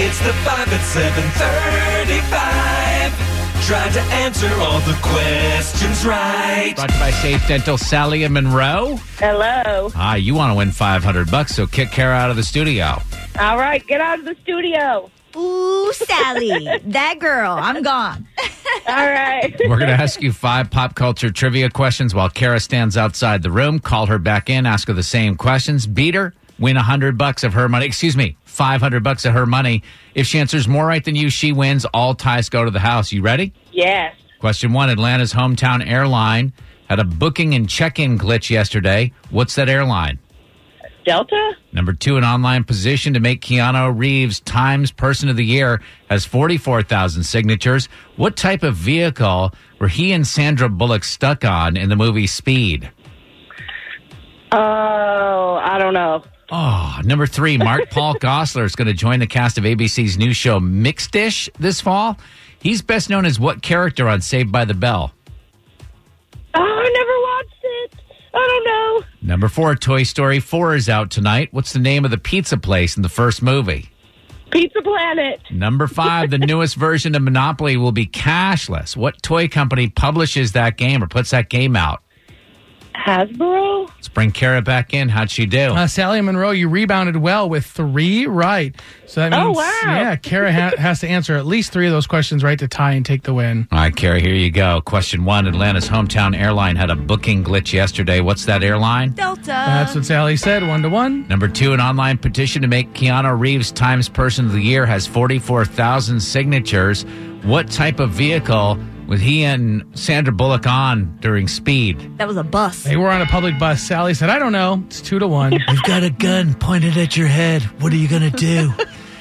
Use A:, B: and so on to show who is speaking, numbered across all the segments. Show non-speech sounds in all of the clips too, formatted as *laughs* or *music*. A: It's the 5 at 735. Try to answer all the questions right.
B: Brought to you by Safe Dental, Sally and Monroe.
C: Hello.
B: Ah, you want to win 500 bucks, so kick Kara out of the studio.
C: All right, get out of the studio.
D: Ooh, Sally, *laughs* that girl. I'm gone.
C: All right. *laughs*
B: We're going to ask you five pop culture trivia questions while Kara stands outside the room. Call her back in, ask her the same questions, beat her, win 100 bucks of her money. Excuse me, 500 bucks of her money. If she answers more right than you, she wins. All ties go to the house. You ready?
C: Yes.
B: Question one Atlanta's hometown airline had a booking and check in glitch yesterday. What's that airline?
C: Delta?
B: Number two, an online position to make Keanu Reeves Times Person of the Year has 44,000 signatures. What type of vehicle were he and Sandra Bullock stuck on in the movie Speed?
C: Oh, I don't know.
B: Oh, number three, Mark Paul Gossler is going to join the cast of ABC's new show Mixed Dish this fall. He's best known as what character on Saved by the Bell?
C: Oh, I never watched it. I don't know.
B: Number four, Toy Story 4 is out tonight. What's the name of the pizza place in the first movie?
C: Pizza Planet.
B: Number five, the newest version of Monopoly will be cashless. What toy company publishes that game or puts that game out?
C: Hasbro?
B: Let's bring Kara back in. How'd she do?
E: Uh, Sally Monroe, you rebounded well with three right. So that means,
C: Oh, wow.
E: yeah, Kara ha- *laughs* has to answer at least three of those questions right to tie and take the win.
B: All right, Kara, here you go. Question one Atlanta's hometown airline had a booking glitch yesterday. What's that airline?
D: Delta.
E: That's what Sally said, one to one.
B: Number two, an online petition to make Keanu Reeves Times Person of the Year has 44,000 signatures. What type of vehicle was he and Sandra Bullock on during speed?
D: that was a bus.
E: They were on a public bus. Sally said, I don't know. It's two
C: *laughs*
E: to one.
B: You've got a gun pointed at your head. What are you going to *laughs* do?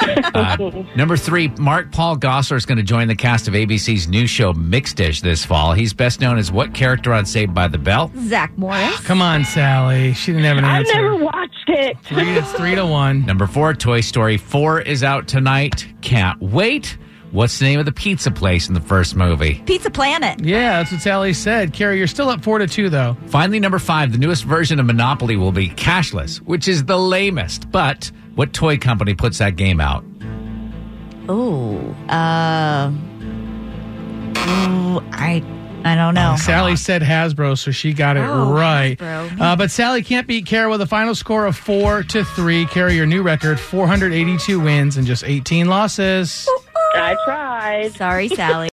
B: Uh, number three, Mark Paul Gossler is going to join the cast of ABC's new show Mixed Dish this fall. He's best known as what character on Saved by the Bell?
D: Zach Morris.
E: Ah, Come on, Sally. She didn't have an
C: I
E: answer.
C: never watched it.
E: Three, it's three to one.
B: Number four, Toy Story 4 is out tonight. Can't wait. What's the name of the pizza place in the first movie?
D: Pizza Planet.
E: Yeah, that's what Sally said. Kara, you're still up four to two, though.
B: Finally, number five, the newest version of Monopoly will be cashless, which is the lamest. But what toy company puts that game out?
D: Ooh. Uh, ooh, I, I don't know.
E: Sally said Hasbro, so she got it
D: Oh,
E: right.
D: Hasbro.
E: Uh, but Sally can't beat Kara with a final score of four to three. Kara, your new record: 482 wins and just 18 losses.
C: I tried.
D: Sorry, Sally.